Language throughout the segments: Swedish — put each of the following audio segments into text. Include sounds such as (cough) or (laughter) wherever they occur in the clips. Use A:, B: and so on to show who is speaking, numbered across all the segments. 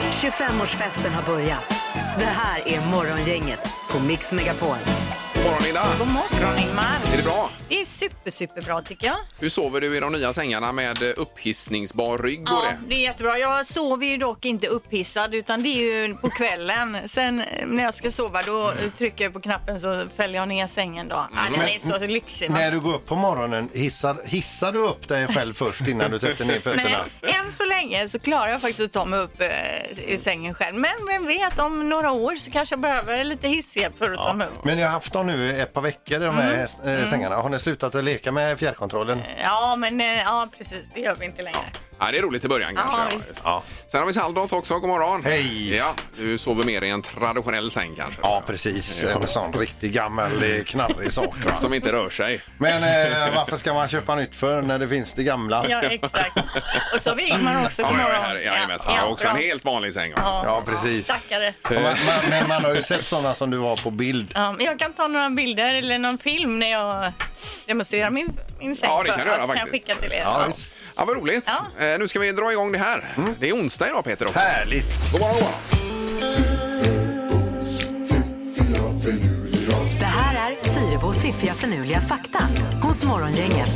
A: 25-årsfesten har börjat. Det här är Morgongänget på Mix Megapol.
B: Morgon Linda!
C: God morgon Ingmar.
B: Är det bra?
C: Det är super, superbra tycker jag.
B: Hur sover du i de nya sängarna med eh, upphissningsbar rygg och
C: Ja,
B: det?
C: det är jättebra. Jag sover ju dock inte upphissad utan det är ju på kvällen. Sen eh, när jag ska sova då eh, trycker jag på knappen så fäller jag ner sängen då.
B: Mm.
C: Ah, den är så lyxig. va?
D: När du går upp på morgonen, hissar, hissar du upp dig själv först innan du sätter ner fötterna?
C: Nej, än så länge så klarar jag faktiskt att ta mig upp eh, ur sängen själv. Men vem vet, om några år så kanske jag behöver lite hisshjälp för att ta mig upp.
D: Men jag har haft dem nu ett par veckor, de här eh, sängarna. Har ni slutat att leka med fjärrkontrollen?
C: Ja, men Mm, eh, ja, precis. Det gör vi inte längre.
B: Ja, det är roligt i början
C: Ja,
B: kanske.
C: visst.
D: Ja.
B: Sen har vi Saldot också, god morgon.
D: Hej.
B: Ja, du sover mer i en traditionell säng kanske?
D: Ja, precis. En sån riktig gammal eh, knarrig sak. va?
B: Som inte rör sig.
D: Men eh, varför ska man köpa nytt för när det finns det gamla?
C: Ja,
B: (laughs)
C: exakt. Och så har vi Ingmar också. God
B: Ja, jag är
C: morgon.
B: här. Jajamensan.
C: Ja,
B: Jag har också en
C: bra.
B: helt vanlig säng.
D: Ja, precis.
C: Stackare.
D: Man,
B: Eh,
D: man, men man har ju sett sådana som du var på bild.
C: Ja, men jag kan ta några bilder eller någon film när jag demonstrerar min, min säng.
B: Ja, det kan
C: för
B: du göra
C: oss. jag
B: faktiskt.
C: skicka till er.
D: Ja, visst. Mm.
B: Ja, vad roligt.
C: Ja.
B: Eh, Nu ska vi dra igång det här. Det är onsdag idag Peter också.
D: Härligt!
B: God morgon, god morgon.
A: Det här är Fyrabos fiffiga förnuliga fakta hos Morgongänget.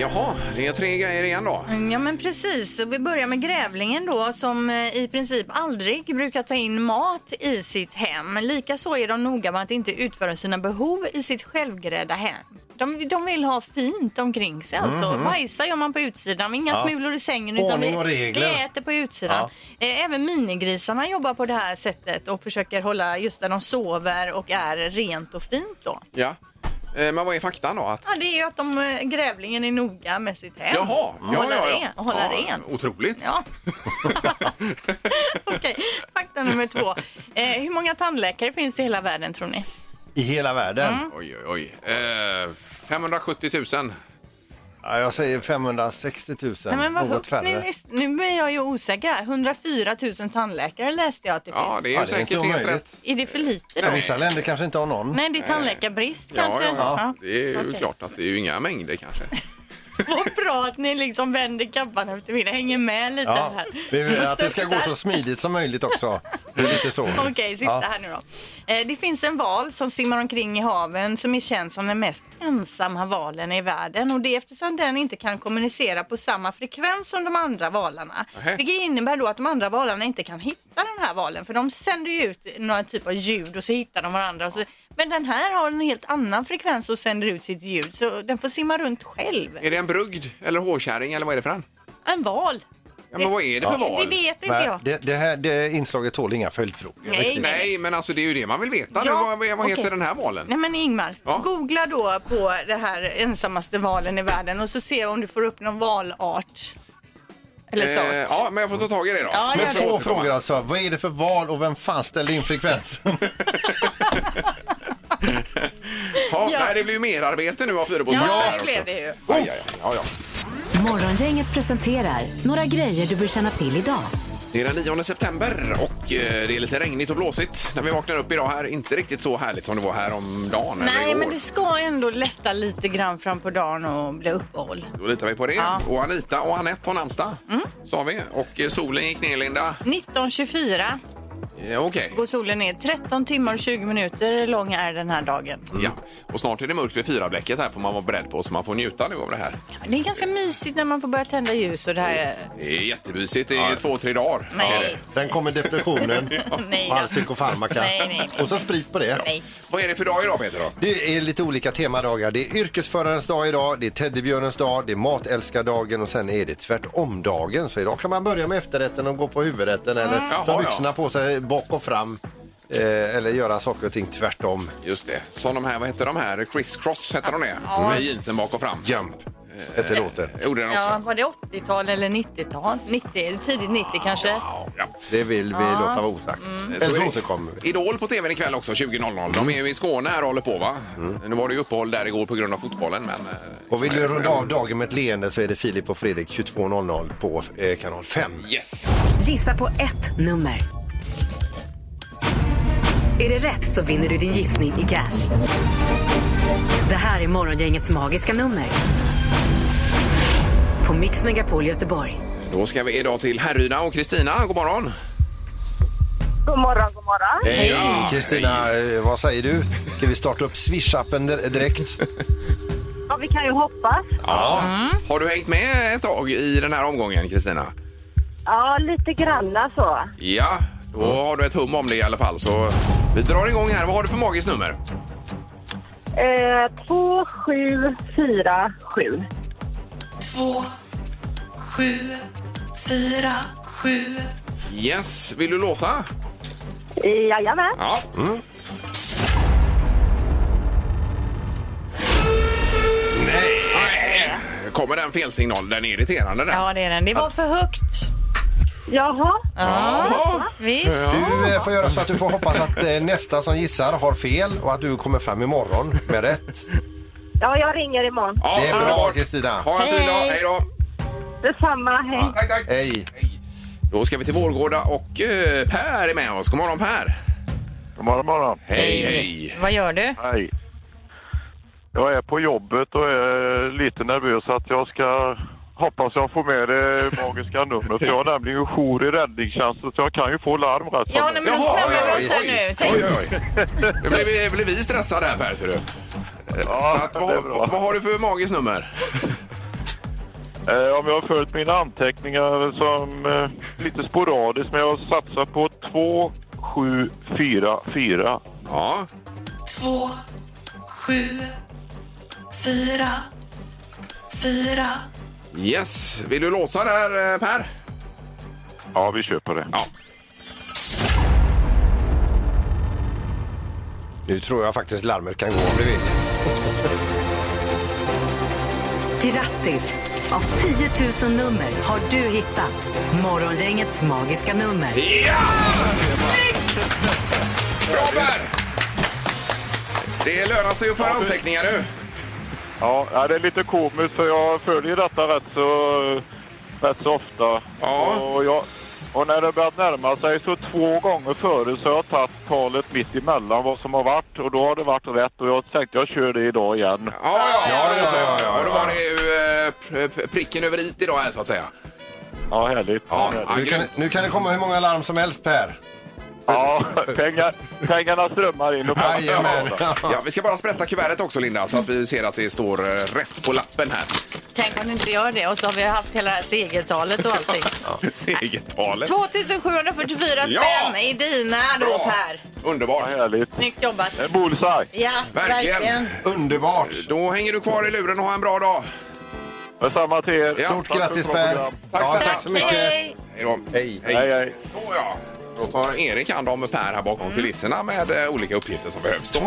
B: Jaha, det är tre grejer igen då.
C: Mm, Ja men precis, Och vi börjar med grävlingen då som eh, i princip aldrig brukar ta in mat i sitt hem. Likaså är de noga med att inte utföra sina behov i sitt självgrädda hem. De, de vill ha fint omkring sig alltså.
B: Mhm.
C: Bajsa gör man på utsidan, inga smulor i sängen.
D: Ordning och
C: vi,
D: regler.
C: vi äter på utsidan. Eh, Även minigrisarna jobbar på det här sättet och försöker hålla just där de sover och är rent och fint då.
B: Ja. Eh, Men vad är faktan då? Att...
C: Ja, det är ju att de, eh, grävlingen är noga med sitt hem.
B: Jaha, ja,
C: Hålla
B: ja,
C: ren-
B: ja.
C: Hålla
B: ja,
C: rent.
B: Otroligt.
C: Ja. Okej, fakta nummer två. Eh, hur många tandläkare finns det i hela världen tror ni?
D: I hela världen.
C: Mm.
B: Oj, oj, oj. Eh, 570 000.
D: Ja, jag säger 560 000.
C: Nej, men vad
D: Något
C: högt. Nu,
D: färre.
C: lys- nu blir jag ju osäker. här. 104 000 tandläkare läste jag att det
B: Ja,
C: finns.
B: det är ju
D: Ja, det är
B: säkert
D: inte
B: helt
D: omöjligt.
B: rätt.
C: Är det för lite då?
D: Ja, Vissa länder kanske inte har någon.
C: Nej, det är tandläkarbrist
B: Ja,
C: kanske.
B: ja, ja. Det är ju
C: Okej.
B: klart att det är ju inga mängder
C: (laughs)
B: kanske.
C: Vad bra att ni liksom vänder kappan efter vinden, hänger med (laughs) lite
D: Ja,
C: här.
D: vi vill
C: Och
D: att det ska gå
C: stöttar.
D: så smidigt som möjligt också. Det är lite så.
C: (laughs) Okej, sista
D: Ja.
C: här nu då. Eh, det finns en val som simmar omkring i haven som är känd som den mest ensamma valen i världen och det är eftersom den inte kan kommunicera på samma frekvens som de andra valarna.
B: Nähä.
C: Vilket innebär då att de andra valarna inte kan hitta den här valen för de sänder ju ut några typ av ljud och så hittar de varandra. Och så... Men den här har en helt annan frekvens och sänder ut sitt ljud så den får simma runt själv.
B: Är det en brugd eller hårkärring eller vad är det för en?
C: En val.
B: Ja, men vad är det för
C: Det
B: val?
C: vet inte
D: Men
C: jag.
D: Det, det här det inslaget tål inga följdfrågor.
C: Nej.
D: riktigt.
B: Nej, men alltså det är ju det man vill veta nu.
C: Ja,
B: Vad, vad heter
C: okej.
B: den här valen?
C: Nej men Ingmar,
B: Ja.
C: googla då på det här ensammaste valen i världen och så se om du får upp någon valart. Eller sort.
B: Eh, ja, men jag får ta tag i det då.
C: Ja, gör
D: Men
C: det.
B: Jag får
D: två
B: återkomma.
D: frågor alltså. Vad är det för val och vem fan ställde in
C: (laughs)
D: frekvensen?
B: Ja,
C: Ja.
B: Nej, det blir ju mer arbete nu av Fyrabos
C: Ja,
B: vakt här
C: det blev
B: också.
C: det ju.
B: Aj, aj, aj, ja, ja.
A: Morgongänget presenterar några grejer du bör känna till idag.
B: Det är den 9 september och eh, det är lite regnigt och blåsigt när vi vaknar upp idag här. Inte riktigt så härligt som det var häromdagen eller
C: Nej
B: igår.
C: men det ska ändå lätta lite grann fram på dagen och bli uppehåll.
B: Då litar vi på det.
C: Ja. Mm.
B: Och Anita och Anette har namnsdag, sa vi. Och eh, solen gick ner, Linda.
C: 1924
B: Eh, Okej.
C: går solen ner. 13 timmar och 20 minuter lång är den här dagen.
B: Ja. Och snart är det mörkt vid fyrablecket här får man vara beredd på så man får njuta nu av det här.
C: Det är ganska mysigt när man får börja tända ljus och det här.
B: Det är jättemysigt i två, tre dagar.
C: Nej.
B: Är det.
D: Sen kommer
B: (laughs)
D: depressionen
C: Nej
D: och all
C: då.
D: psykofarmaka.
C: Nej, nej, nej.
D: Och så sprit på det.
C: Nej.
B: Vad är det för dag idag Peter? Då?
D: Det är lite olika temadagar. Det är yrkesförarens dag idag, det är teddybjörnens dag, det är matälskardagen och sen är det tvärtom-dagen. Så idag kan man börja med efterrätten och gå på huvudrätten eller
B: Mm. Jaha,
D: ta
B: ja.
D: byxorna på sig bak och fram. Eh, eller göra saker och ting tvärtom.
B: Just det. Som de här, vad heter de här? Criss Cross heter de det? Med jeansen bak och fram. Eh,
D: Jump heter låten.
B: Gjorde den också?
C: Ja, var det 80-tal eller 90-tal? 90, tidigt 90 kanske?
B: Ja, ja.
D: Det vill vi låta vara osagt. Eller så återkommer vi.
B: Idol på tv ikväll också 20.00. De är ju i Skåne här och håller på va?
D: Mm.
B: Nu var det ju uppehåll där igår på grund av fotbollen men... eh,
D: Och vill du runda av dagen med ett leende så är det Filip och Fredrik 22.00 på eh, kanal 5.
B: Yes!
A: Gissa på ett nummer. Är det rätt så vinner du din gissning i cash. Det här är Morgongängets magiska nummer. på Mix Megapol Göteborg.
B: Då ska vi idag till Härryda och Kristina. God morgon!
E: God morgon, god morgon.
F: Hej
B: Ja,
F: Kristina, eh, vad säger du? Ska vi starta upp Swish-appen dir-
B: (laughs)
F: direkt?
E: Ja, vi kan ju hoppas.
B: Ja. Har du hängt med ett tag i den här omgången, Kristina?
E: Ja, lite alltså. granna så.
B: Ja, då
D: Mm.
B: har du ett hum om det i alla fall. Så vi drar igång här. Vad har du för magiskt nummer?
E: Eh, två, sju, fyra, sju.
G: två, sju, fyra, sju.
B: Yes, vill du låsa?
E: Jajamän.
B: Ja. Nej! Kommer den fel signal? Den är irriterande den.
C: Ja, det är den. Det var för högt.
E: Jaha.
B: Jaha.
C: Visst.
F: Du eh, får göra så att du får hoppas att eh, nästa som gissar har fel och att du kommer fram imorgon med rätt.
E: Ja, jag ringer imorgon.
B: Ja,
F: Det är bra
B: underbart.
F: Kristina.
B: Ha en fin dag. Hej då!
E: Detsamma, hej.
B: Tack, tack.
F: Hej.
B: Då ska vi till Vårgårda och eh, Per är med oss. God morgon Per!
H: God
B: (laughs)
H: morgon, morgon.
B: Hej, hej!
C: Vad gör du?
H: Hej. Jag är på jobbet och är lite nervös att jag ska... Hoppas jag får med det magiska numret. för Jag har nämligen jour i räddningstjänsten så jag kan ju få larm rätt som
C: Ja,
H: det
C: nej, men då snäller vi oss här nu. Tänk
B: oj, oj, oj. Nu blev vi, blev vi stressade här Per, ser du.
H: Ja,
B: Så att,
H: det
B: vad,
H: är bra.
B: vad har du för magiskt nummer?
H: Eh, om jag har följt mina anteckningar som eh, lite sporadiskt men jag satsar på 2744.
B: Ja,
G: Två, sju, fyra, fyra.
B: yes. Vill du låsa där eh, Per?
H: Ja, vi kör på det.
B: Ja.
F: Nu tror jag faktiskt larmet kan gå om du vill.
A: Grattis! Av 10 000 nummer har du hittat Morgongängets magiska nummer.
B: Ja! Bra Per! Det lönar sig att föra anteckningar nu.
H: Ja, ja, det är lite komiskt för jag följer detta rätt så, rätt så ofta.
B: Ja.
H: Och, jag, och när det börjat närma sig så två gånger före så har jag tagit talet mitt emellan vad som har varit och då har det varit rätt och jag tänkte jag kör det idag igen.
B: Ja, ja,
F: Ja, ja, ja, ja,
B: Och då var
F: ja.
B: det ju eh, pr- pr- pricken över it idag här så att säga.
H: Ja, härligt.
B: Ja,
H: härligt.
F: Nu kan, nu kan det komma hur många larm som helst Per.
H: ja pengar, pengarna strömmar in. Och
F: Jajamän.
B: Ja, vi ska bara sprätta kuvertet också Linda så att vi ser att det står eh, rätt på lappen här.
C: Tänk om du inte gör det. Och så har vi haft hela det här segertalet och
B: (laughs)
C: allting.
B: Segertalet.
C: 2744 spänn
B: Ja!
C: i dina då,
B: Bra.
C: Per.
H: Ja,
B: Underbart.
H: härligt.
C: Snyggt jobbat.
H: En bullseye.
C: Ja,
B: Verkligen.
C: verkligen.
F: Underbart.
B: Då hänger du kvar i luren och ha en bra dag.
H: Detsamma till er.
B: Ja.
F: Stort
H: Tack för
F: grattis
H: ett bra
F: Per.
H: program.
B: Tack
F: Ja,
B: snälla.
F: tack så mycket.
C: Hej.
B: Hej då.
F: Hej.
H: Hej, hej.
B: Såja. Då tar Erik hand om Per här
C: Mm.
B: bakom kulisserna med eh, olika uppgifter som behövs. Då.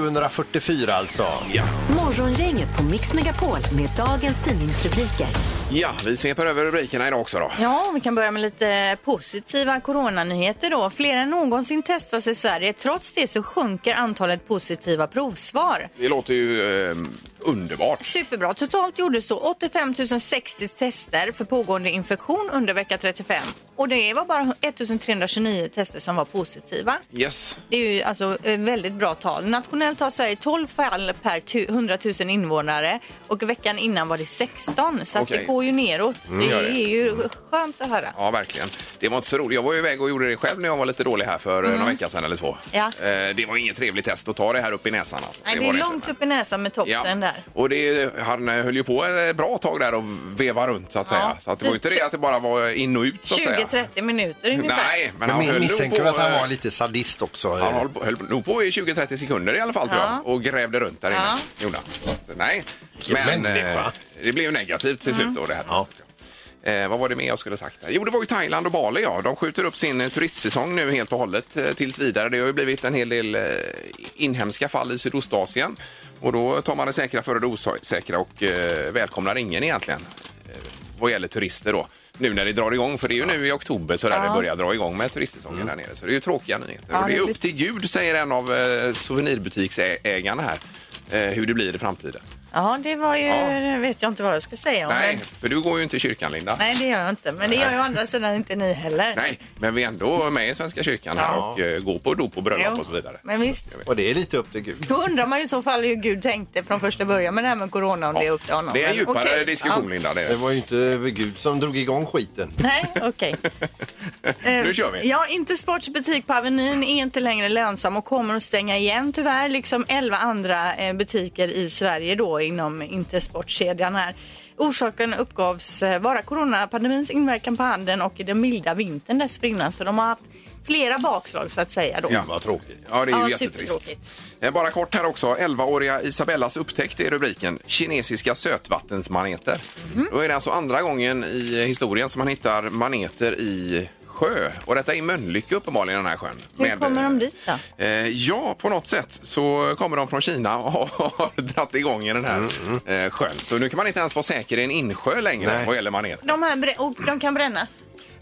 F: 2744 alltså.
B: Ja.
A: Morgongänget på Mix Megapol med dagens tidningsrubriker.
B: ja, vi sveper över rubrikerna idag också då.
C: Ja, vi kan börja med lite positiva coronanyheter då. Fler än någonsin testas i Sverige. Trots det så sjunker antalet positiva provsvar.
B: Det låter ju eh, underbart.
C: Superbra. Totalt gjordes då 85 060 tester för pågående infektion under vecka 35. Och det var bara 1329 tester som var positiva.
B: Yes.
C: Det är ju alltså eh, väldigt bra tal. Nationellt har Sverige 12 fall per tu- 100 000 invånare och veckan innan var det 16. Så att
B: Okej.
C: det går ju neråt. det
B: gör det. Mm.
C: är ju skönt att höra.
B: Ja, verkligen. Det var inte så roligt. Jag var ju iväg och gjorde det själv när jag var lite dålig här för mm. någon vecka sedan eller två.
C: Ja.
B: Eh, det var inget trevligt test att ta det här upp i näsan. Alltså.
C: Nej, det,
B: var
C: är
B: det inte.
C: långt upp i näsan med
B: Ja,
C: topsen där.
B: och det, han eh, höll ju på ett bra tag där och veva runt så att
C: Ja.
B: säga. Så att det var ju inte det att det bara var in och ut så att säga.
C: 20-30 minuter ungefär.
B: Nej, men han
F: Jag
B: höll nog
F: misstänker
B: på,
F: att han
B: eh,
F: var lite sadist också. eh.
B: han höll, på- höll nog på i 20-30 sekunder i alla fall tror
C: Ja.
B: jag och grävde runt där inne.
C: Ja.
B: Gjorde han. Så att, nej, men
F: människa.
B: eh, det blev ju negativt till
C: Mm.
B: slut då det här. Eh, vad var det mer jag skulle sagt? Jo, det var ju Thailand och Bali. Ja. De skjuter upp sin eh, turistsäsong nu helt och hållet eh, tills vidare. Det har ju blivit en hel del eh, inhemska fall i Sydostasien och då tar man det säkra före det osäkra och eh, välkomnar ingen egentligen eh, vad gäller turister då. Nu när det drar igång, för det är ju nu i oktober så där det börjar dra igång med turistsäsongen
D: Mm.
B: där nere. Så det är ju tråkiga nyheter. och det är
C: det blir-
B: upp till Gud, säger en av eh, souvenirbutiksägarna här, eh, hur det blir i framtiden.
C: Ja, det var ju, vet jag inte vad jag ska säga om
B: Nej,
C: det.
B: för du går ju inte i kyrkan, Linda.
C: Nej, det gör jag inte. Men det gör ju å andra sidan inte ni heller.
B: Nej, men vi är ändå med i Svenska kyrkan här och eh, går på dop och bröllop
C: Jo,
B: och så vidare.
C: Men visst.
D: Och det är lite upp till Gud.
C: Då undrar man ju i så fall hur Gud tänkte från första början med det här med corona om det är upp till honom.
B: det är en
C: Men
B: djupare
C: okej.
B: diskussion, Linda. Det.
D: Det var ju inte Gud som drog igång skiten.
C: Ja. Nej, okej. Eh,
B: (laughs) nu kör vi.
C: Ja, inte sportsbutik på Avenyn är inte längre lönsam och kommer att stänga igen tyvärr, liksom 11 andra eh, butiker i Sverige då inom Intersportkedjan här. Orsaken uppgavs eh, vara coronapandemins inverkan på handeln och i den milda vintern dessförinnan, så de har haft flera bakslag så att säga då.
B: Ja.
D: Vad tråkigt.
B: Ja, det är ju
C: Ja,
B: jättetrist.
C: supertråkigt.
B: Eh, Bara kort här också. 11-åriga Isabellas upptäckt är rubriken. Kinesiska sötvattensmaneter.
C: Mm.
B: Då är det alltså andra gången i historien som man hittar maneter i sjö. Och detta är Mölnlycke uppenbarligen, den här sjön.
C: Hur kommer de dit då?
B: Eh, ja, på något sätt så kommer de från Kina och har (laughs) dragit igång i den här eh, sjön. Så nu kan man inte ens vara säker i en insjö längre
D: Mm, Nej.
B: vad gäller maneter.
C: De här brä- och de kan brännas.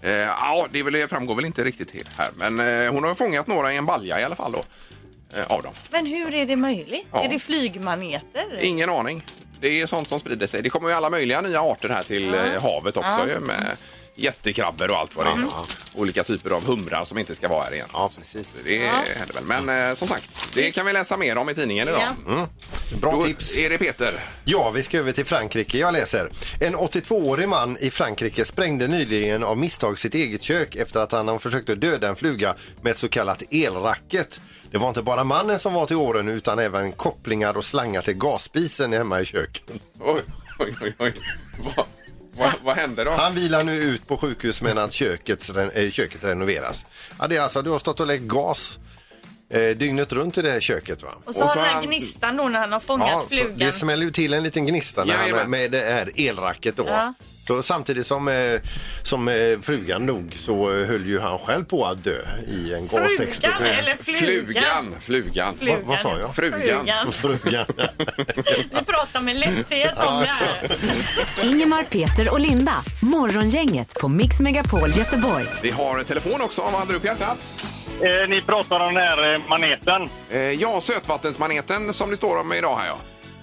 B: Eh, ja, det, är väl, det framgår väl inte riktigt helt här. Men eh, hon har fångat några i en balja i alla fall då. Eh, av dem.
C: Men hur är det möjligt?
B: Ja.
C: Är det flygmaneter?
B: Ingen aning. Det är sånt som sprider sig. Det kommer ju alla möjliga nya arter här till eh, havet också ju, med jättekrabbor och allt vad det är. Olika typer av humrar som inte ska vara här igen.
D: Ja, precis.
B: Det händer väl. Men eh, som sagt, det kan vi läsa mer om i tidningen idag.
C: Ja.
D: Bra
B: Då
D: tips.
B: är det Peter.
D: Mm. Ja, vi ska över till Frankrike. Jag läser. En 82-årig man i Frankrike sprängde nyligen av misstag sitt eget kök efter att han försökte döda en fluga med ett så kallat elracket. Det var inte bara mannen som var till åren utan även kopplingar och slangar till gasspisen hemma i köket.
B: Oj, oj, oj. oj. Vad, vad, vad hände då?
D: Han vilar nu ut på sjukhus medan köket, eh, köket renoveras. Ja, det är alltså, du har stått och lagt gas eh, dygnet runt i det här köket va?
C: Och så har
B: så
C: den här
B: han-
C: gnistan då när han har fångat
D: Ja, så
C: flugan.
D: det smäller ju till en liten gnista när han,
B: Jajamän.
D: med det här elracket då.
C: Ja.
D: Så samtidigt som, eh, som eh, frugan dog så eh, höll ju han själv på att dö i en gasexplosion.
C: Frugan eller flugan?
B: Flugan, flugan.
D: Vad- vad sa jag?
B: Frugan. (laughs)
D: Frugan.
C: Vi pratar med lätthet om det här.
A: Ingemar, Peter och Linda. Morgongänget på Mix Megapol Göteborg.
B: Vi har en telefon också. Vad hade du på hjärtat?
H: Eh, ni pratar om den här eh, maneten.
B: Eh, ja, sötvattensmaneten som det står om idag här ja.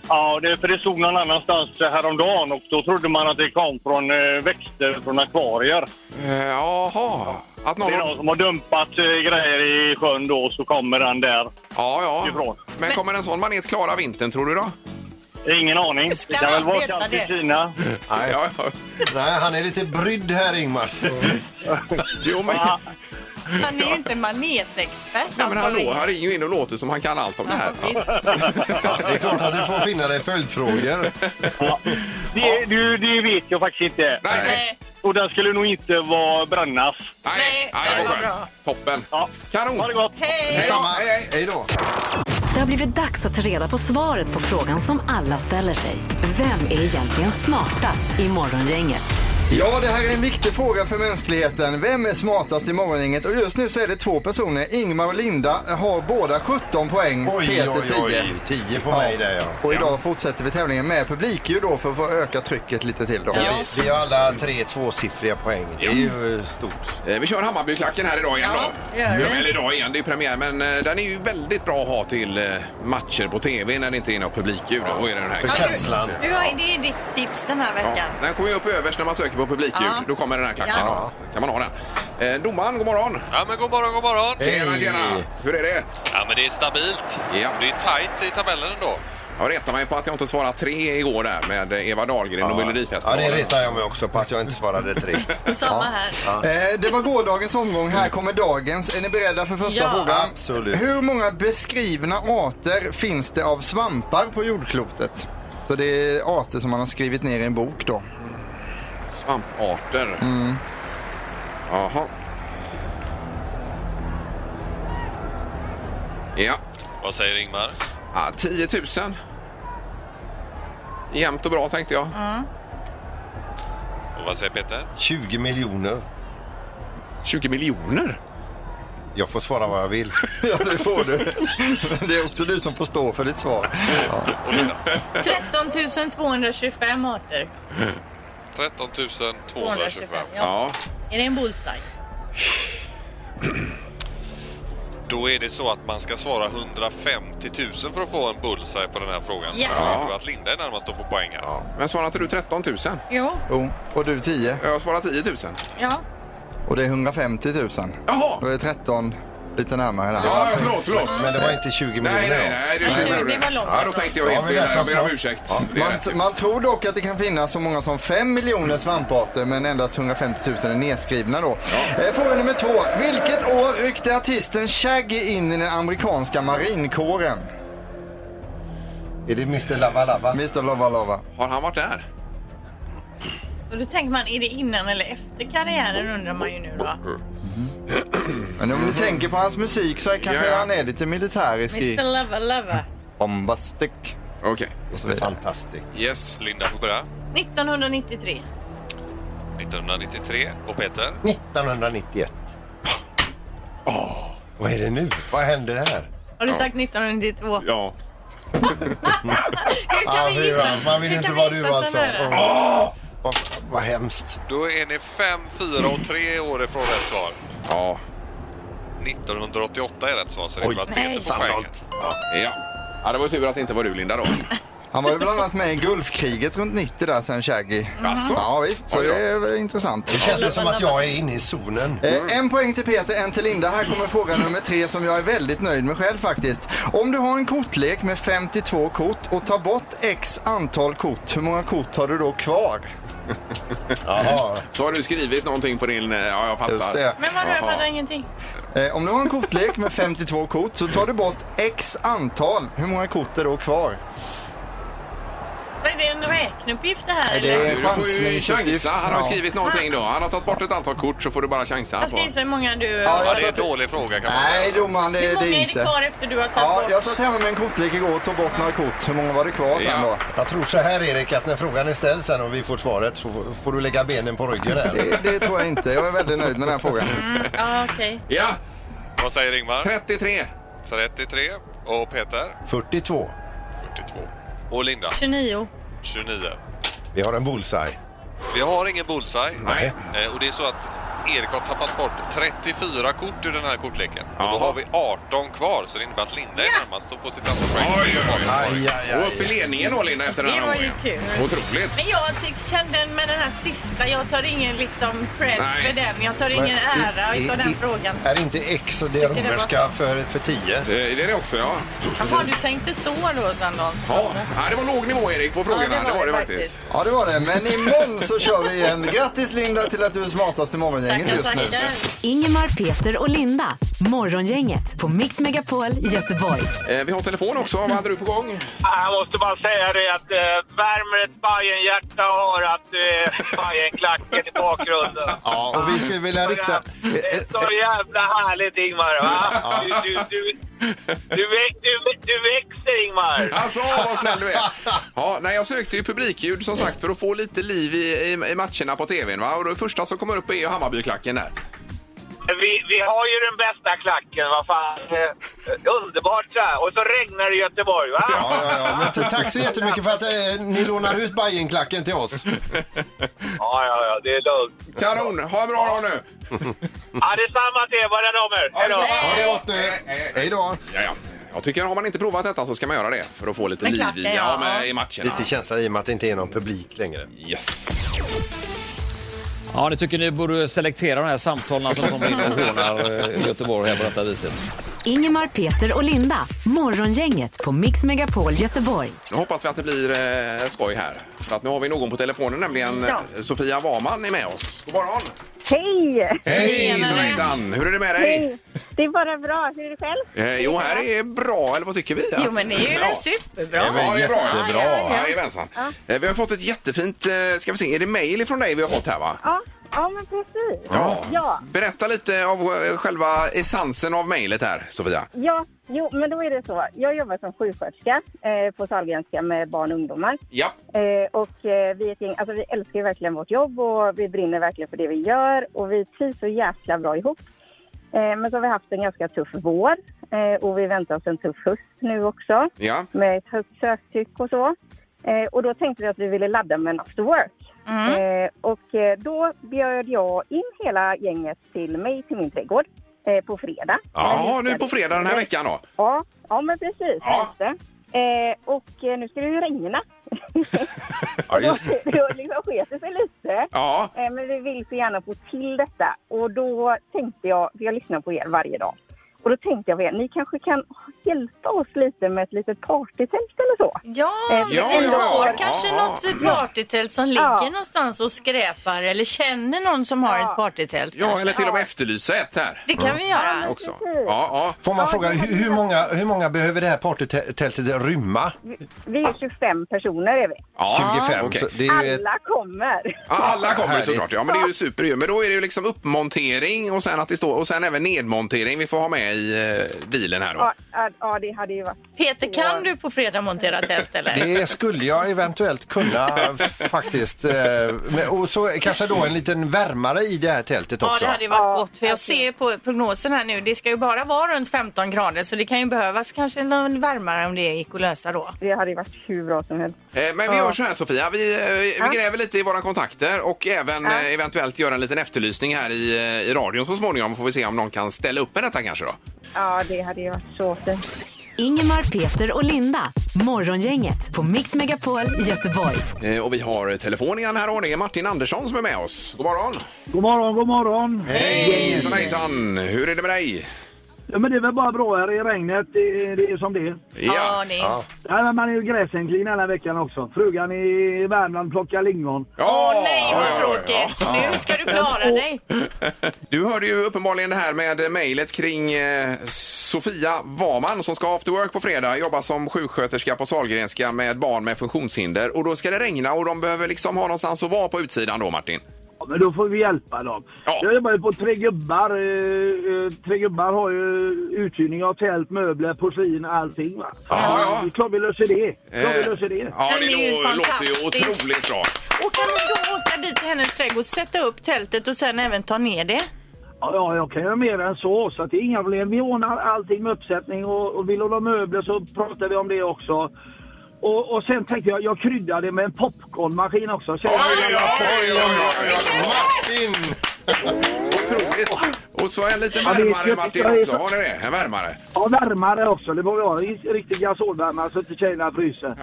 H: Ja, det, för det stod någon annanstans eh, häromdagen och då trodde man att det kom från eh, växter från akvarier.
B: Eh, Jaha, att någon...
H: Det är någon som har dumpat eh, grejer i sjön då så kommer den där.
B: Ja, ja.
H: ifrån.
B: Men kommer en sån manet klara vintern tror du då?
H: Ingen aning.
C: Ska
H: Det kan väl
C: man
H: vara
C: veta
H: kallt i
B: (laughs)
C: det?
H: Kina.
D: Nej,
B: Ja, ja.
D: nej, han är lite brydd här Ingmar.
B: (laughs) Jo, men,
H: Ja,
C: Han är ju inte alltså. manetexpert.
B: nej, men
C: han som
B: hallå,
C: ringer.
B: han ringer ju in och låter som han kan allt om det här. (laughs)
C: Visst.
D: Det är klart att du får finna dig följdfrågor.
H: det, du, det vet jag faktiskt inte.
B: Nej, nej,
C: Nej.
H: Och den skulle nog inte vara brännas.
B: nej,
C: Nej,
B: nej, det var
C: det var bra.
B: skönt. Toppen.
H: Ja.
B: Kanon.
H: Ha det gott!
C: Hej!
D: Samma, hej då.
A: Det har blivit dags att ta reda på svaret på frågan som alla ställer sig. Vem är egentligen smartast i Morgongänget?
I: Ja, det här är en viktig fråga för mänskligheten. Vem är smartast i morgongänget? Och just nu så är det två personer. Ingmar och Linda har båda 17 poäng.
D: Oj,
I: Peter
D: oj,
I: 10.
D: oj. 10 på mig där ja.
I: Och idag fortsätter vi tävlingen med publikljud då för att få öka trycket lite till då.
D: Vi, vi har alla tre tvåsiffriga poäng. Det är ju eh, stort.
B: Eh, Vi kör Hammarbyklacken här idag igen
C: Ja,
B: då.
C: gör vi.
B: Eller idag igen, det är ju premiär. Men eh, den är ju väldigt bra att ha till eh, matcher på tv när det inte är något publikljud. Och är det den här
D: För känslan.
C: Du har, det är ditt tips den här
B: Ja,
C: veckan.
B: den kommer ju upp överst när man söker på publikljud.
C: Ja.
B: Då kommer den här klacken.
C: Ja.
B: då. kan man ha den. Eh, domaren, god morgon!
J: Ja, men god morgon, god morgon.
B: Tjena,
D: Hej.
B: tjena! Hur är det?
J: Ja, men det är stabilt.
B: Ja.
J: Det är tajt i tabellen ändå.
B: Jag retar mig på att jag inte svarade tre igår där med Eva Dahlgren och
D: Ja,
B: Melodifestivalen.
D: det retar jag mig också på att jag inte svarade tre.
C: Samma här.
I: Eh, det var gårdagens omgång, här kommer dagens. Är ni beredda för första
C: Ja.
I: frågan?
D: Mm. Absolut.
I: Hur många beskrivna arter finns det av svampar på jordklotet? Så det är arter som man har skrivit ner i en bok då. Mm.
B: Svamparter.
D: Mm.
B: Jaha. Ja.
J: Vad säger Ingmar?
B: ja, 10 000. Jämnt och bra tänkte jag.
J: Och vad säger
B: (laughs)
J: Peter?
D: 20 miljoner.
B: 20 miljoner?
D: Jag får svara vad jag
B: (laughs)
D: vill.
I: (laughs) Ja, det får du. Det är också du som får stå för ditt svar. Ja.
J: Och Linda?
C: 13 225 arter.
J: 13 225.
C: Ja.
B: Ja.
C: Är det en bullseye?
J: Då Då är det så att man ska svara 150 000 för att få en bullseye på den här frågan.
C: Ja.
J: Så Jag tror att Linda är närmast att få poäng här.
B: Men svarade inte du 13 000?
C: Jo,
I: Jo, och du 10
B: Jag svarade 10 000.
C: ja.
I: och det är 150 000.
B: Jaha!
I: Då är 13 lite närmare där.
B: Ja, ja, förlåt, förlåt.
F: Men det var inte 20 miljoner.
B: Nej, nej, nej. Det,
C: Nej,
B: är
C: det var långt.
B: Ja, då tänkte jag
F: Ja,
B: helt
F: vi
B: fel. här. Jag
F: räknas
B: ber om
F: snart.
B: ursäkt. Det är rätt.
I: Man, man tror dock att det kan finnas så många som 5 miljoner svamparter men endast 150 000 är nedskrivna då. Eh, Fråga nummer två. Vilket år ryckte artisten Shaggy in i den amerikanska marinkåren?
F: Är det Mr Lava Lava?
I: Mr Lova Lova.
B: Har han varit där?
C: Och då tänker man, är det innan eller efter karriären undrar man ju nu då.
I: Mm-hmm. Men om ni tänker på hans musik så är kanske
B: Ja, ja.
I: han är lite militärisk
C: Mr
I: i
C: Lava Lava.
I: bombastic.
B: Okej.
I: och så vidare.
F: Fantastiskt.
B: Yes.
J: Linda får börja.
C: 1993.
J: 1993 och Peter.
F: 1991. Vad är det nu? Vad händer här?
C: Har du sagt 1992?
B: Ja.
C: Hur
D: Ah,
C: kan vi gissa?
F: man vill
C: Hur
F: inte
C: kan
F: vara
C: vi
F: du
C: gissa
F: alltså.
C: så nära?
F: Åh! Vad, vad hemskt.
J: Då är ni 5, 4 och 3 år ifrån rätt svar.
B: Ja.
J: 1988 är rätt svar, så det är
F: Oj,
J: bra att Peter får poäng.
F: Sandholt.
B: Ja. ja, det var ju tur att det inte var
I: (laughs)
B: du, Linda. Då.
I: Han var ju bland annat med i Gulfkriget runt 90 där sen Shaggy.
B: Jaså?
I: Ja visst, så
B: Oj då.
I: det är väl intressant.
F: Det känns det som att jag är inne i zonen. Mm.
I: Eh, En poäng till Peter, en till Linda. Här kommer fråga nummer tre som jag är väldigt nöjd med själv faktiskt. Om du har en kortlek med 52 kort och tar bort x antal kort, hur många kort har du då kvar?
F: Jaha.
B: Så har du skrivit någonting på din... eh, Ja, jag fattar.
I: Just det.
C: Men vadå, jag
B: Jaha.
C: (laughs) fattar ingenting.
I: Eh, Om du har en kortlek med 52 kort så tar du bort x antal, hur många kort är då kvar?
C: Vad Är det en räkneuppgift det här
I: Är det-
C: eller?
I: är en
B: Du får ju
I: chansningsuppgift.
B: chansa. Han har ju
I: Ja.
B: skrivit någonting då. Han har tagit bort ett antal kort så får du bara chansa.
C: Jag
B: På.
C: ska gissa hur många du...
I: Ja,
J: Ja,
I: jag
J: det är
I: satt-
J: en dålig fråga kan man
I: Nej
J: säga.
I: domaren, det
C: hur
I: är
C: många
I: det
C: är det
I: inte.
C: kvar efter du har tagit
I: Ja,
C: bort?
I: jag satt hemma med en kortlek igår och tog bort några kort. Hur många var det kvar sen
B: Ja.
I: då?
F: Jag tror så här Erik att när frågan är ställd sen och vi får svaret så får- får du lägga benen på ryggen här.
I: Det, det tror jag inte. Jag är väldigt nöjd med den här frågan.
C: Ja, okej.
B: Ja,
J: Vad säger Ingmar?
B: 33.
J: 33 och Peter?
F: 42.
J: 42. Och Linda?
C: 29.
J: 29.
F: Vi har en bullseye.
J: Vi har ingen bullseye.
B: Nej.
J: Eh, Och det är så att Erik har tappat bort 34 kort ur den här kortleken. Och
B: Jaha.
J: då har vi 18 kvar, så det innebär att Linda är närmast och får sitt andra poäng.
B: Oj, oj,
F: Aj, aj,
B: Och upp i ledningen då, Linda, efter den
C: Det
B: här
C: var ju
B: omgången.
C: kul.
B: Otroligt.
C: Men jag tyck- kände med den här sista, jag tar ingen liksom cred
B: Nej.
C: för den. Jag tar ingen ära utav den frågan.
F: Är inte X och det
C: Tycker det var-
F: romerska för, för 10?
B: Eh, Det är det också, ja.
C: Jaha, du tänkte så då, Sandholt?
B: ja. ja det var låg nivå, Erik, på frågorna.
C: Ja, det var det faktiskt.
I: Ja, det var det. Men imorgon så kör vi igen. Grattis Linda till att du är smartast i morgongänget
C: Tackar,
I: just nu.
C: tackar.
A: Ingemar, Peter och Linda. Morgongänget på Mix Megapol Göteborg.
B: Eh, Vi har telefon också. Vad hade du på gång?
K: Jag måste bara säga det att eh, värmer ett Bajenhjärta har att eh, Bajenklacken i bakgrunden.
I: Ja, och vi skulle vilja rikta...
K: Det är så jävla härligt Ingmar va? Du, du, du, du, väx, du, du växer Ingmar!
B: Alltså, vad snäll du är. Ja, nej, jag sökte ju publikljud som sagt för att få lite liv i, i, i matcherna på tvn. Va? Och det första som kommer upp är ju Hammarbyklacken där.
K: Vi, vi har ju den bästa klacken vad fan. Eh, Underbart så här. Och så regnar det i Göteborg va?
F: Ja, ja, ja. Men t- tack så jättemycket för att eh, ni lånar ut Bajenklacken till oss.
K: Ja, ja, ja, det är lugnt.
B: Kanon! Ha en bra dag nu!
K: Ja, detsamma till er, vad den om er. Hej då!
F: Ha det gott nu.
I: (laughs) Hej då.
B: Ja, ja. Jag tycker har man inte provat detta så ska man göra det för att få lite
C: Med
B: liv i,
C: klacken,
B: ja,
C: ja.
B: med, i matcherna.
F: Lite känsla i och med att det inte är någon publik längre.
B: Yes.
L: Ja, ni tycker ni borde selektera de här samtalen som kommer in och hånar eh, Göteborg här på detta viset.
A: Ingemar, Peter och Linda. Morgongänget på Mix Megapol Göteborg.
B: Nu hoppas vi att det blir eh, skoj här. För att nu har vi någon på telefonen, nämligen
C: Ja.
B: eh, Sofia Wahlman är med oss. God morgon!
E: Hej!
B: Hej!
C: Tjenare.
B: Hejsan, hejsan! Hur är det med dig?
E: Hej! Det är bara bra. Hur är det själv?
B: Eh, jo, här är bra, eller vad tycker vi?
C: Jo, men det är ju
B: Ja.
C: väl superbra.
B: Ja, det är bra.
C: jättebra.
B: Jajamensan. Eh, Vi har fått ett jättefint, eh, ska vi se, är det mejl från dig vi har fått här va?
E: Ja, ja men precis. ja.
B: Berätta lite av eh, själva essensen av mejlet här, Sofia.
E: Ja, jo, men då är det så. Jag jobbar som sjuksköterska eh, på Sahlgrenska med barn och ungdomar.
B: Ja.
E: Eh, och eh, vi, är ett gäng, alltså, vi älskar ju verkligen vårt jobb och vi brinner verkligen för det vi gör och vi trivs så jäkla bra ihop. Eh, men så har vi haft en ganska tuff vår eh, och vi väntar oss en tuff höst nu också
B: Ja.
E: med ett högt söktryck och så. Eh, och då tänkte vi att vi ville ladda med en after work. Eh, och eh, då bjöd jag in hela gänget till mig till min trädgård. eh, på fredag.
B: Ja, nu på fredag den här veckan då.
E: Ja, ja men precis. just det. Eh, och eh, nu ska det ju regna.
B: Ja,
E: Det (laughs) har liksom sketit sig lite.
B: Ja.
E: Eh, men vi vill så gärna få till detta. Och då tänkte jag, för jag lyssnar på er varje dag. Och då tänkte jag på er, ni kanske kan hjälpa oss lite med ett litet partytält eller så?
C: Ja,
E: Eh,
C: vi
E: ja,
C: ändå
E: ja,
C: har
E: ja,
C: kanske
E: ja.
C: något partytält som ligger någonstans och skräpar eller känner någon som har ett partytält.
B: Ja,
C: kanske.
B: eller till och med efterlysa ett här.
C: Det kan vi göra.
B: Också. Ja, ja.
F: Får man fråga hur, hur, många, hur många behöver det här partytältet rymma?
E: Vi, vi är 25 personer är vi.
B: Ja,
F: 25.
B: okej.
F: Så det är ju ett...
E: Alla kommer.
B: Ja, alla kommer
F: Härligt.
B: såklart. Ja, men det är ju super ju. Men då är det ju liksom uppmontering och sen att det står och sen även nedmontering vi får ha med i eh, bilen här då.
E: Ja, ja, ja, det hade ju varit...
C: Peter, kan du på fredag montera tält eller?
F: Det skulle jag eventuellt
C: (laughs)
F: kunna faktiskt. eh, men- Och så kanske då en liten värmare i det här tältet
C: Ja,
F: också.
C: det hade ju varit gott. För jag ser på prognosen här nu, det ska ju bara vara runt 15 grader så det kan ju behövas kanske någon värmare om det gick att lösa då.
E: Det hade ju varit hur bra som helst.
B: Eh, Men vi gör så här Sofia, vi, eh, vi gräver lite i våra kontakter och även eh, eventuellt göra en liten efterlysning här i, eh, i radion så småningom. Får vi se om någon kan ställa upp med detta kanske då.
E: Ja, det hade ju varit så fint.
A: Ingemar, Peter och Linda. Morgongänget på Mix Megapol Göteborg.
B: Eh, Och vi har telefon igen här och det är Martin Andersson som är med oss. God morgon!
M: God morgon, god morgon.
B: Hej! Hejsan hejsan! Hur är det med dig?
M: Ja, men det är väl bara bra här i regnet. Det är, det är som det är.
B: Ja,
C: det
B: Ja.
M: Nej, men man är ju gräsänklin hela veckan också. Frugan i Värmland plockar lingon.
B: Åh
C: nej, vad tråkigt! Nu ska du klara dig.
B: Du hörde ju uppenbarligen det här med mejlet kring eh, Sofia Waman som ska after work på fredag, jobba som sjuksköterska på Sahlgrenska med barn med funktionshinder. Och då ska det regna och de behöver liksom ha någonstans att vara på utsidan då Martin.
M: Ja, men då får vi hjälpa dem. Jag jobbar ju på Tre Gubbar. eh, eh, Tre Gubbar har ju uthyrning av tält, möbler, porslin, allting. Va?
B: Ja, ja. Eh,
M: Det är klart vi löser det. Klart vi löser det.
B: ja, det
C: Den är ju
B: lå- låter ju
C: fantastisk.
B: otroligt bra.
C: Och kan vi då åka dit till hennes trädgård, sätta upp tältet och sen även ta ner det?
M: Ja, ja, jag kan göra mer än så, så att det är inga problem. Vi ordnar allting med uppsättning och, och vill du ha möbler så pratar vi om det också. Och, och sen tänkte jag, jag kryddade med en popcornmaskin också. Så jag-
F: Martin!
B: Otroligt! Och så en liten
M: Ja, det är
B: värmare
M: ju-
B: Martin
M: det är ju-
B: också, har ni det? En värmare?
M: Ja, värmare också. Det får vi ha. En Riktig gasolvärmare så att tjejerna fryser.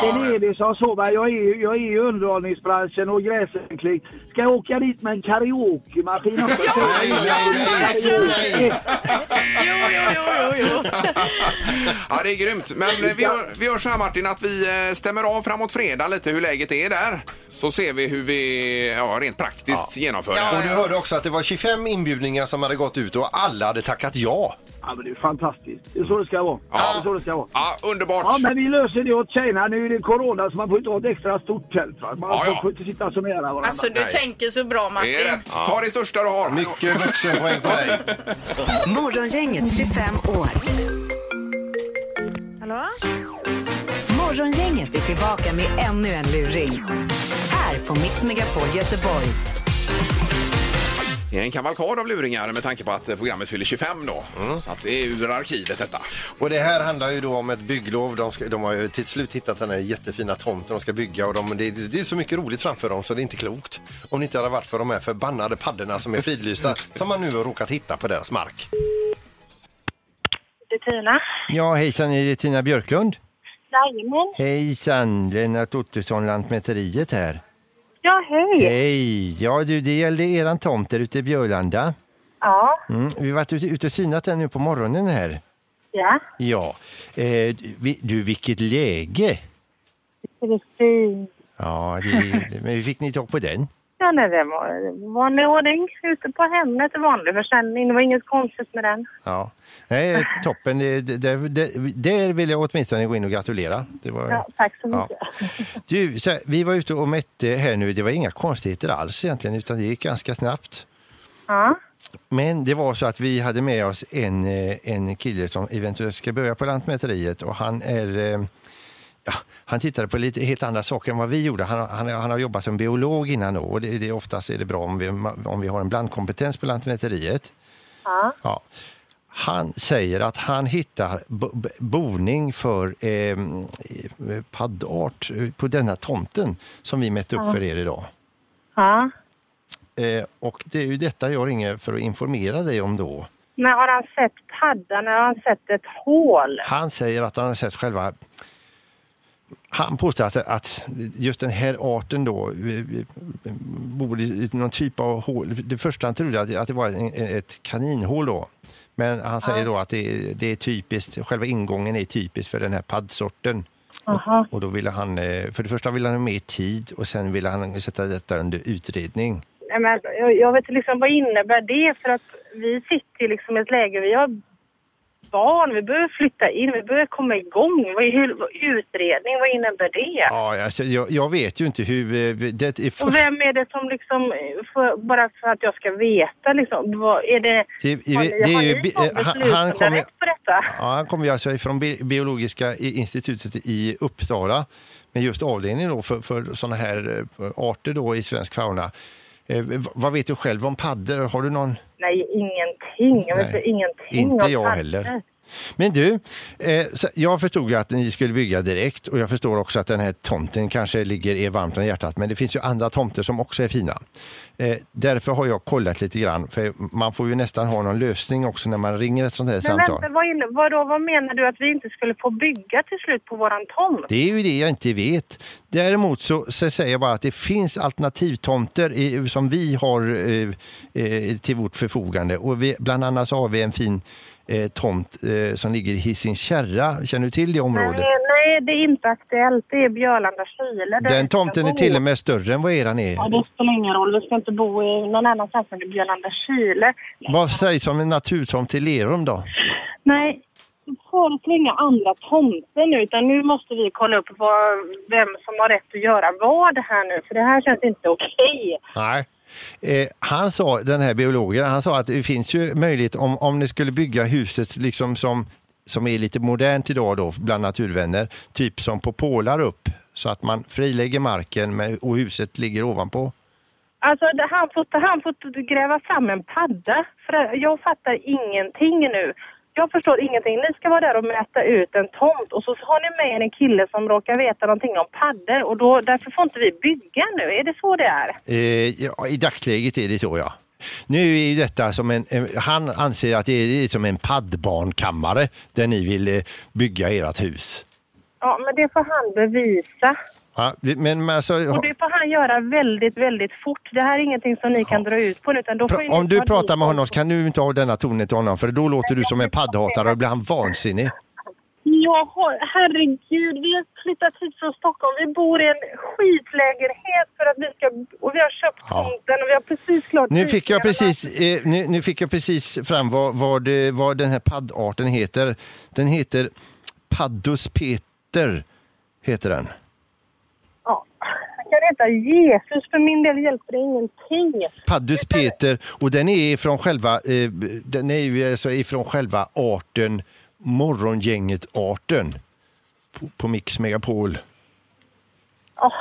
M: Sen är det som så, va, jag är ju jag är ju i underhållningsbranschen och gräsänkling. Ska jag åka dit med en karaokemaskin också?
G: nej, nej, nej,
B: Ja, det är grymt. Men eh, vi gör, vi gör så här Martin att vi eh, stämmer av framåt fredag lite hur läget är där. Så ser vi hur vi ja, rent praktiskt genomför det
F: Och
B: här.
F: du hörde också att det var 25 inbjudningar som hade gått ut och alla hade tackat ja.
M: Ja, men det är fantastiskt. Det är så det ska vara. Ja. Det är så det ska vara.
B: Ja, underbart.
M: Ja, men vi löser det åt tjejerna. Nu är det corona så man får inte ha ett extra stort tält. Va? Man
B: Ja, ja.
M: får inte sitta så nära varandra.
C: Alltså du tänker så bra
B: Det är
C: Martin.
B: rätt. Ta det största du har.
F: Mycket vuxenpoäng på dig.
A: Morgongänget 25 år.
N: Hallå?
A: Morgongänget är tillbaka med ännu en luring. Här på Mix Megapol Göteborg.
B: Det är en kavalkad av luringar med tanke på att eh, programmet fyller 25 då. Så att det är ur arkivet detta.
F: Och det här handlar ju då om ett bygglov. De, ska, de har ju till slut hittat den här jättefina tomten de ska bygga och de, det, det är så mycket roligt framför dem så det är inte klokt. Om det inte hade varit för de här förbannade paddorna som är
B: (laughs)
F: fridlysta som man nu har råkat hitta på deras mark.
N: Det är Tina.
D: Ja, hejsan, är det Tina Björklund?
N: Jajamän.
D: Hejsan, Lennart Ottosson, Lantmäteriet här.
N: Ja, hej.
D: Hej! Ja, du, det gällde eran tomt där ute i Björlanda.
N: Ja,
D: Mm, vi har varit ute- ute och synat den nu på morgonen här.
N: ja.
D: Ja. Eh, vi, du, vilket läge!
N: Det är fint.
D: Ja, det, men hur fick ni tag på den?
N: Ja, nej, det var vanlig ordning ute på Hemnet, vanlig försäljning. Det var inget konstigt med den.
D: Ja. Nej, toppen. Det- det- Där, där, där vill jag åtminstone gå in och gratulera. Det var,
N: Ja, tack så mycket.
D: Du, så här, vi var ute och mätte här nu. Det var inga konstigheter alls egentligen, utan det gick ganska snabbt.
N: Ja,
D: Men det var så att vi hade med oss en, eh, en kille som eventuellt ska börja på Lantmäteriet och han är... eh, Ja, han tittade på lite helt andra saker än vad vi gjorde. Han, har- han, har- han har jobbat som biolog innan då och det, det, oftast är det bra om vi, om vi har en blandkompetens på Lantmäteriet.
N: ja.
D: Ja. Han säger att han hittar bo- bo- boning för eh, paddart på denna tomten som vi mätte upp
N: Ja.
D: för er idag.
N: ja.
D: Eh, och det är ju detta jag ringer för att informera dig om då.
N: När har han sett paddan? När har han sett ett hål?
D: Han säger att han har sett själva... Han påstår att, att just den här arten då eh, bor i någon typ av hål. Det första han trodde att, att det var en, ett kaninhål då. Men han säger då att det, är- det är typiskt, själva ingången är typisk för den här paddsorten.
N: Aha.
D: Och då ville han, eh, för det första ville han ha mer tid och sen ville han sätta detta under utredning.
N: Nej, men jag, jag vet liksom vad innebär det? För att vi sitter ju liksom i ett läge, vi har barn, vi behöver flytta in, vi behöver komma igång. Vad, hur, vad, utredning, vad innebär det?
D: Ja, alltså, jag, jag vet ju inte hur... eh, Det är
N: Och vem är det som liksom, för, bara för att jag ska veta liksom, vad är det?
D: Det- i-
N: har
D: det är
N: ni, har
D: ju
N: ni
D: bi-
N: någon
D: eh, han- han
N: beslutanderätt
D: kommer-
N: på detta?
D: Ja, han kommer ju alltså från Biologiska i- institutet i Uppsala med just avdelningen då för, för sådana här eh, arter då i svensk fauna. Eh, v- vad vet du själv om paddor? Har du någon?
N: Nej, ingenting. Jag vet
D: Nej,
N: ingenting.
D: Inte
N: om
D: jag
N: tanken.
D: heller. Men du, eh, så- jag förstod ju att ni skulle bygga direkt och jag förstår också att den här tomten kanske ligger er varmt om hjärtat men det finns ju andra tomter som också är fina. Eh, därför har jag kollat lite grann för man får ju nästan ha någon lösning också när man ringer ett sånt här
N: Men
D: Eh, samtal.
N: vänta, vad, inne- vadå, vad menar du att vi inte skulle få bygga till slut på våran tomt?
D: Det är ju det jag inte vet. Däremot så, så säger jag bara att det finns alternativtomter i, som vi har eh, eh, till vårt förfogande. Och vi, bland annat så har vi en fin eh, tomt eh, som ligger i Hisings Kärra. Känner du till det området?
N: Nej, nej, det är inte aktuellt. Det är Björlanda Kile. där vi
D: Den
N: ska
D: tomten är
N: bo.
D: till och med större än vad eran
N: Ja,
D: är.
N: det spelar ingen roll. Vi ska inte bo i någon annanstans än i Björlanda Kile.
D: Vad sägs om en naturtomt i Lerum då?
N: Nej, folk inga andra tomter nu utan nu måste vi kolla upp vad, vem som har rätt att göra vad här nu för det här känns inte okej.
D: Nej. Eh, han sa, den här biologen, han sa att det finns ju möjlighet om, om ni skulle bygga huset liksom som, som är lite modernt idag då bland naturvänner, typ som på pålar upp så att man frilägger marken med, och huset ligger ovanpå.
N: Alltså det- han får, han får gräva fram en padda för det- jag fattar ingenting nu. Jag förstår ingenting. Ni ska vara där och mäta ut en tomt och så har ni med er en kille som råkar veta någonting om paddor och då, därför får inte vi bygga nu. Är det så det är?
D: Eh, ja, I dagsläget är det så ja. Nu är ju detta som en, en han anser att det är som en paddbarnkammare där ni vill eh, bygga ert hus.
N: Ja, men det får han bevisa.
D: Ja, det- men, men alltså,
N: Och det får han göra väldigt, väldigt fort. Det här är ingenting som ni kan dra ut på nu, utan då får
D: Pra-
N: ni
D: Om du
N: ta dit
D: pratar med honom så kan du inte ha denna tonen till honom för då låter du som en paddhatare och då blir han vansinnig.
N: Ja, herregud. Vi har flyttat hit från Stockholm. Vi bor i en skitlägenhet för att vi ska... Och vi har köpt tomten och vi har precis klart...
D: Nu fick jag
N: ritningarna.
D: precis, eh, nu, nu fick jag precis fram vad, vad, det- vad den här paddarten heter. Den heter Paddus peter. Heter den.
N: Ja. Han kan heta Jesus. För min del hjälper det ingenting.
D: Paddus peter och den är från själva, eh, den är ju alltså ifrån själva arten Morgongänget-arten på, på Mix Megapol.
N: Oh.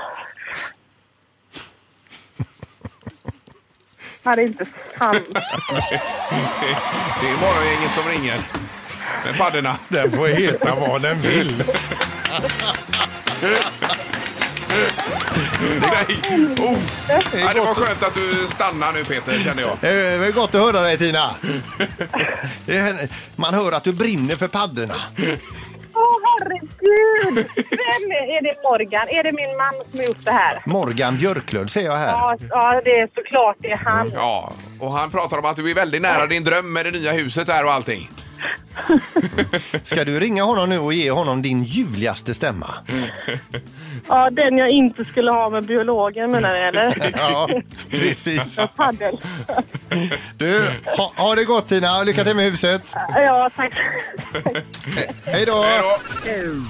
N: Ja, det är inte
D: (laughs)
N: sant.
B: (laughs) Det är Morgongänget som ringer. Med paddorna. Den får heta vad den vill. (laughs) Nej. Oh. Ja, det var skönt att du stannar nu Peter, kände jag.
D: Eh, Det var gott att höra dig Tina. Det är- Man hör att du brinner för paddorna.
N: Åh, herregud! Vem är, är det Morgan? Är det min man som har gjort det här?
D: Morgan Björklund ser jag här.
N: Ja, ja, det är såklart det är han.
B: Mm, Ja, och han pratar om att du är väldigt nära din dröm med det nya huset där och allting.
D: Ska du ringa honom nu och ge honom din ljuvligaste stämma?
N: Ja, den jag inte skulle ha med biologen menar ni eller?
D: (laughs) Ja, precis.
N: Med Paddel.
D: Du, ha, ha det gott Tina. Lycka till med huset.
N: Ja,
B: (laughs)
N: tack.
D: Hej då!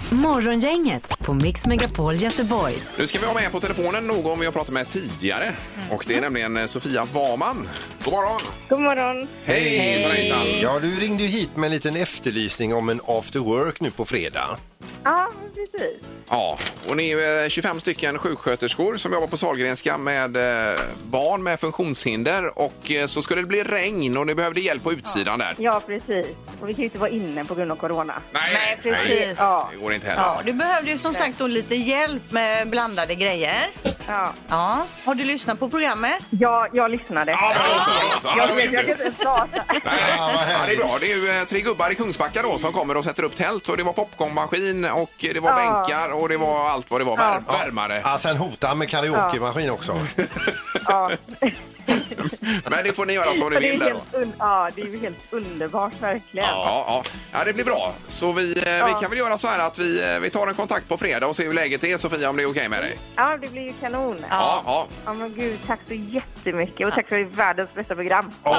A: Morgongänget på Mix Megapol Göteborg.
B: Nu ska vi ha med på telefonen någon vi har pratat med tidigare. Och det är nämligen eh, Sofia Waman. God morgon!
N: God morgon.
B: Hej, hejsan, hejsan.
D: Ja, du ringde ju hit med en liten efterlysning om en after work nu på fredag.
N: Ja, precis.
B: Ja, och ni är eh, 25 stycken sjuksköterskor som jobbar på Sahlgrenska med eh, barn med funktionshinder och eh, så skulle det bli regn och ni behövde hjälp på utsidan där.
O: Ja, precis. Och vi kan ju inte vara inne på grund av corona.
B: Nej,
C: precis.
B: Nej, det går inte heller.
C: Ja, du behövde ju som sagt då lite hjälp med blandade grejer. Ja. Har du lyssnat på programmet?
O: Ja, jag lyssnade.
B: Ja, men då så, då så. Ja, då
O: jag
B: vet
O: vet, jag
B: du.
O: kan inte ens prata.
B: Ja, det är bra. Det är ju eh, tre gubbar i Kungsbacka då som kommer och sätter upp tält och det var popcornmaskin och det var
O: Ja.
B: bänkar och det var allt vad det var. Vär- Värmare.
F: Ja, sen hotar han med karaokemaskin också.
B: (laughs) Men det får ni göra som
O: Så
B: ni
O: det är
B: vill. där då.
O: helt un- Ja, det är ju helt underbart verkligen.
B: Ja, ja. ja, det blir bra. Så vi, eh, vi kan väl göra så här att vi, eh, vi tar en kontakt på fredag och ser hur läget är Sofia om det är okej med dig.
O: Ja, det blir ju kanon.
B: Ja, ja.
O: Ja, men gud, tack så jättemycket och tack för världens bästa program.
F: Och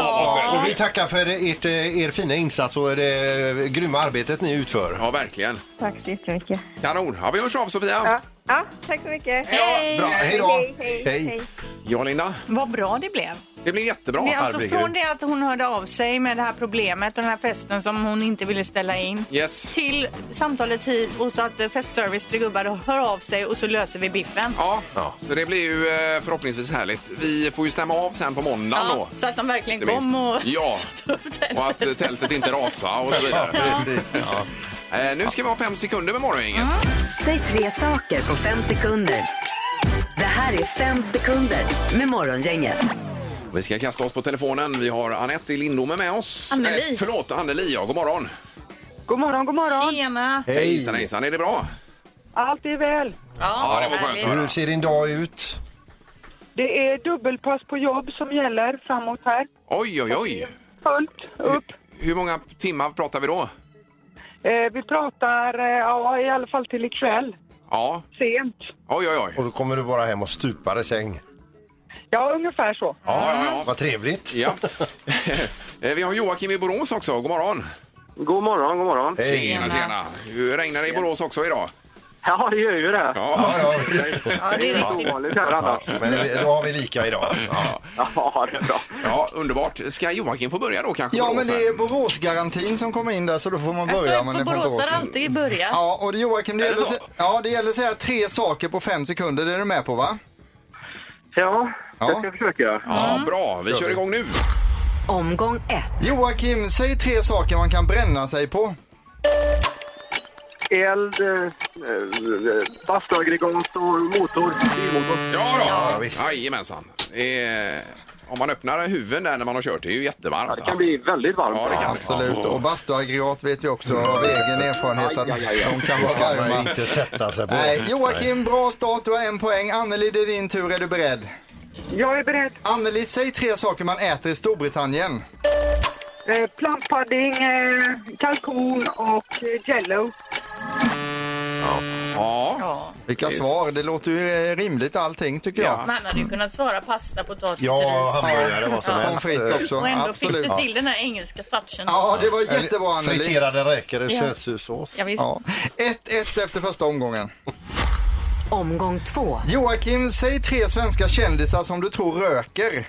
F: vi tackar för ert, eh, er fina insats och det grymma arbetet ni utför.
B: Ja, verkligen.
O: Tack så jättemycket.
B: Kanon. Ja, vi hörs av Sofia. Ja,
O: Ja, tack så mycket.
C: Hej!
B: bra. Hej då.
O: Hej, hej,
B: Hej.
O: hej.
B: Linda.
C: Vad bra det blev.
B: Det blev jättebra.
C: det är alltså från det att hon hörde av sig med det här problemet och den här festen som hon inte ville ställa in.
B: Yes.
C: Till samtalet hit och så att eh, festservice Tre Gubbar hör av sig och så löser vi biffen.
B: Ja, så det blir ju eh, förhoppningsvis härligt. Vi får ju stämma av sen på måndagen då.
C: Så att de verkligen
B: Inte
C: kom
B: minst.
C: och...
B: Ja, och att eh, tältet inte rasar och så vidare.
A: Ja,
B: Eh, Nu ska vi ha fem sekunder med morgongänget.
A: Säg tre saker på fem sekunder. Det här är fem sekunder med Morgongänget.
B: Vi ska kasta oss på telefonen. Vi har Anette i Lindome med oss.
A: Anneli.
B: Eh, förlåt, Anneli. Ja, god morgon.
O: God morgon, god morgon.
C: Tjena.
B: Hejsan, hejsan. Är det bra?
O: Allt är väl.
B: Ja, det var skönt att höra.
F: Hur ser din dag ut?
O: Det är dubbelpass på jobb som gäller framåt här.
B: Oj, oj, oj.
O: Fullt upp.
B: Hur många timmar pratar vi då?
O: Eh, vi pratar, eh, ja, i alla fall till ikväll.
B: Ja.
O: Sent.
B: Oj, oj, oj.
F: Och då kommer du bara hem och stupar i säng.
O: Ja, ungefär så.
B: Ja, ja, ja.
F: Vad trevligt.
B: Ja. Eh, Vi har Joakim i Borås också. God morgon.
P: God morgon, god morgon.
B: Hej. Tjena, tjena. Det regnar det i Borås också idag?
P: Ja, det gör ju det.
B: Ja, ja.
P: det är inte ovanligt här annars.
F: Men vi- då har vi lika idag.
B: Ja,
P: ja det är bra.
B: Ja, underbart. Ska Joakim få börja då kanske?
I: Ja,
B: Borås
I: men det
B: här?
I: är Boråsgarantin som kommer in där så då får man börja. om man är från Borås.
G: alltid i början.
I: Ja, och det, Joakim, det gäller, att sä- ja, det gäller att säga tre saker på fem sekunder. Det är du med på va?
P: Ja,
I: jag
P: ska försöka.
B: Ja, bra. Vi kör igång nu.
A: Omgång ett.
I: Joakim, säg tre saker man kan bränna sig på.
P: Eld, eh, eh, bastuaggregat och motor. Bilmotor.
B: Ja, då. ja visst. Jajamensan. Eh, om man öppnar huven där när man har kört, det är ju jättevarmt. alltså.
P: Det kan bli väldigt varmt.
B: Ja, det kan
I: Absolut, och bastuaggregat vet vi också av egen erfarenhet att
P: Aj, aj, aj, aj.
I: de kan
F: Det
I: vara
F: ska man ju
I: varma.
F: inte sätta sig på.
I: Nej, Joakim, bra start. Du har en poäng. Anneli, det är din tur. Är du beredd?
P: Jag är beredd.
I: Anneli, säg tre saker man äter i Storbritannien.
O: Eh, plantpudding, eh, kalkon och eh, jello.
B: Ja.
I: Vilka svar. Det låter ju eh, rimligt allting tycker jag.
C: Man hade ju kunnat svara pasta, potatis, ris.
I: Pommes frites också.
C: Och ändå
I: Absolut.
C: fick du till den här engelska touchen.
I: Ja, det var jättebra Anneli.
F: Friterade räkor i
C: Ja.
F: sötsursås.
C: Ja, visst.
I: 1-1 efter första omgången.
A: Omgång två.
I: Joakim, säg tre svenska kändisar som du tror röker.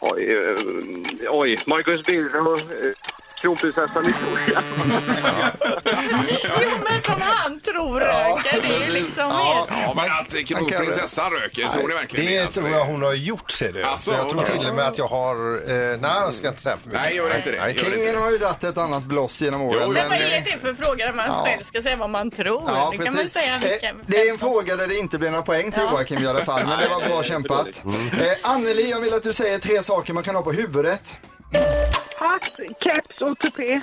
P: Oj, eh, oj. Marcus Birro, eh, kronprinsessan Victoria.
C: Jo, men som han tror röker. Det är liksom helt...
B: Ja, men att kronprinsessan röker, tror ni verkligen
F: Det
B: Alltså,
F: tror jag hon har gjort, ser du.
B: Alltså,
F: så jag tror
B: okej.
F: till och med att jag har... Eh, nej, jag ska inte säga för mycket.
B: Nej, gör inte det.
F: Nej,
B: Gör inte
I: Kingen har ju dragit ett annat blås genom åren.
C: Men vad
I: men-
C: är det för fråga där man
I: Ja.
C: själv ska säga vad man tror?
I: Ja,
C: det kan man
I: precis.
C: säga
I: Eh,
C: vilken...
I: Det är en fråga där det inte blir några poäng till
C: Ja.
I: Joakim i alla fall, men det var
P: Nej,
I: bra
P: det är
I: kämpat.
P: för
B: Mm.
I: Eh, Anneli, jag vill att du säger tre saker man kan ha på huvudet. Mm.
O: Hatt, keps och tupé.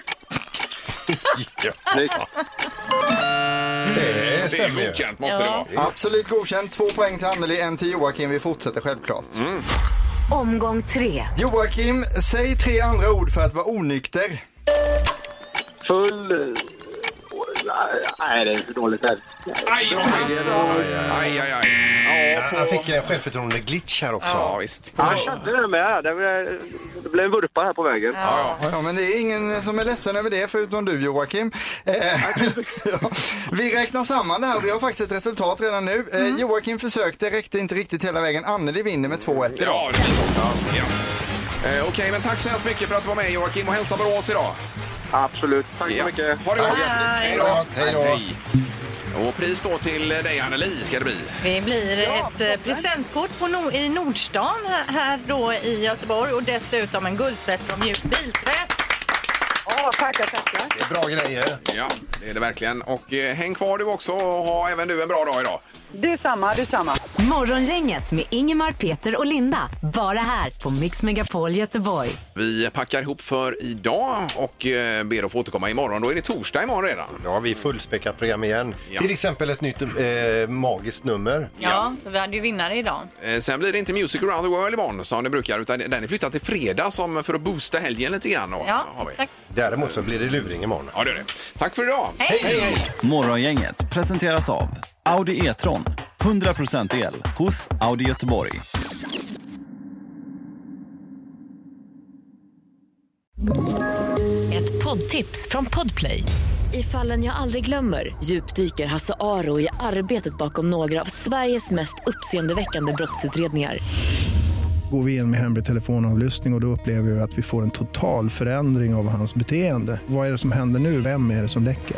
P: Snyggt.
B: Det är godkänt, måste det vara.
I: Absolut godkänt. Två poäng till Anneli, en till Joakim. Vi fortsätter självklart.
B: Mm.
A: Omgång tre.
I: Joakim, säg tre andra ord för att vara onykter.
P: Full... eh, Nej, det är för dåligt här.
B: Aj, vad fint. aj, aj, aj. Ja,
F: Han fick en självförtroende-glitch här också.
B: Ja, visst.
P: Ja, Jag hade det med. Det blev, det blev en vurpa här på vägen.
I: Ja, ja, men det är ingen som är ledsen över det förutom du Joakim. Eh, (laughs) ja. Vi räknar samman det här och vi har faktiskt ett resultat redan nu. Eh, Joakim försökte, räckte inte riktigt hela vägen. Anneli vinner med 2-1 idag.
B: Ja, det är så. ja. ja. Eh, Okej, men tack så hemskt mycket för att du var med Joakim och hälsa Borås idag.
P: Absolut. Tack så
B: Ja.
P: mycket.
B: Ha det gott!
C: Hej.
B: Hej då! Hej. Och pris då till eh, dig Anneli ska det bli.
C: Det blir ett eh, presentkort på no i Nordstan här, här då i Göteborg och dessutom en guldtvätt från Mjuk Biltvätt.
O: Ja, tackar, tackar.
F: Bra grejer.
B: Ja. Det är det verkligen. Och eh, häng kvar du också och ha även du en bra dag idag.
A: Detsamma, detsamma. Morgongänget med Ingemar, Peter och Linda. Bara här på Mix Megapol Göteborg.
B: Vi packar ihop för idag och eh, ber att få återkomma imorgon. Då är det torsdag imorgon redan.
D: Ja, vi fullspäckat program igen. Till exempel ett nytt eh, magiskt nummer.
C: Ja, för vi hade ju vinnare idag.
B: Eh, Sen blir det inte Music around the world imorgon som det brukar utan den är flyttad till fredag som för att boosta helgen lite grann. då.
C: Ja,
B: har vi.
C: exakt.
D: Däremot så blir det luring imorgon.
B: Ja, det är det. Tack för idag!
Q: Morgongänget presenteras av Audi E-tron. 100% el hos Audi Göteborg.
R: Ett poddtips från Podplay. I fallen jag aldrig glömmer djupdyker Hasse Aro i arbetet bakom några av Sveriges mest uppseendeväckande brottsutredningar.
I: Går vi in med hemlig telefonavlyssning och, och då upplever vi att vi får en total förändring av hans beteende. Vad är det som händer nu? Vem är det som läcker?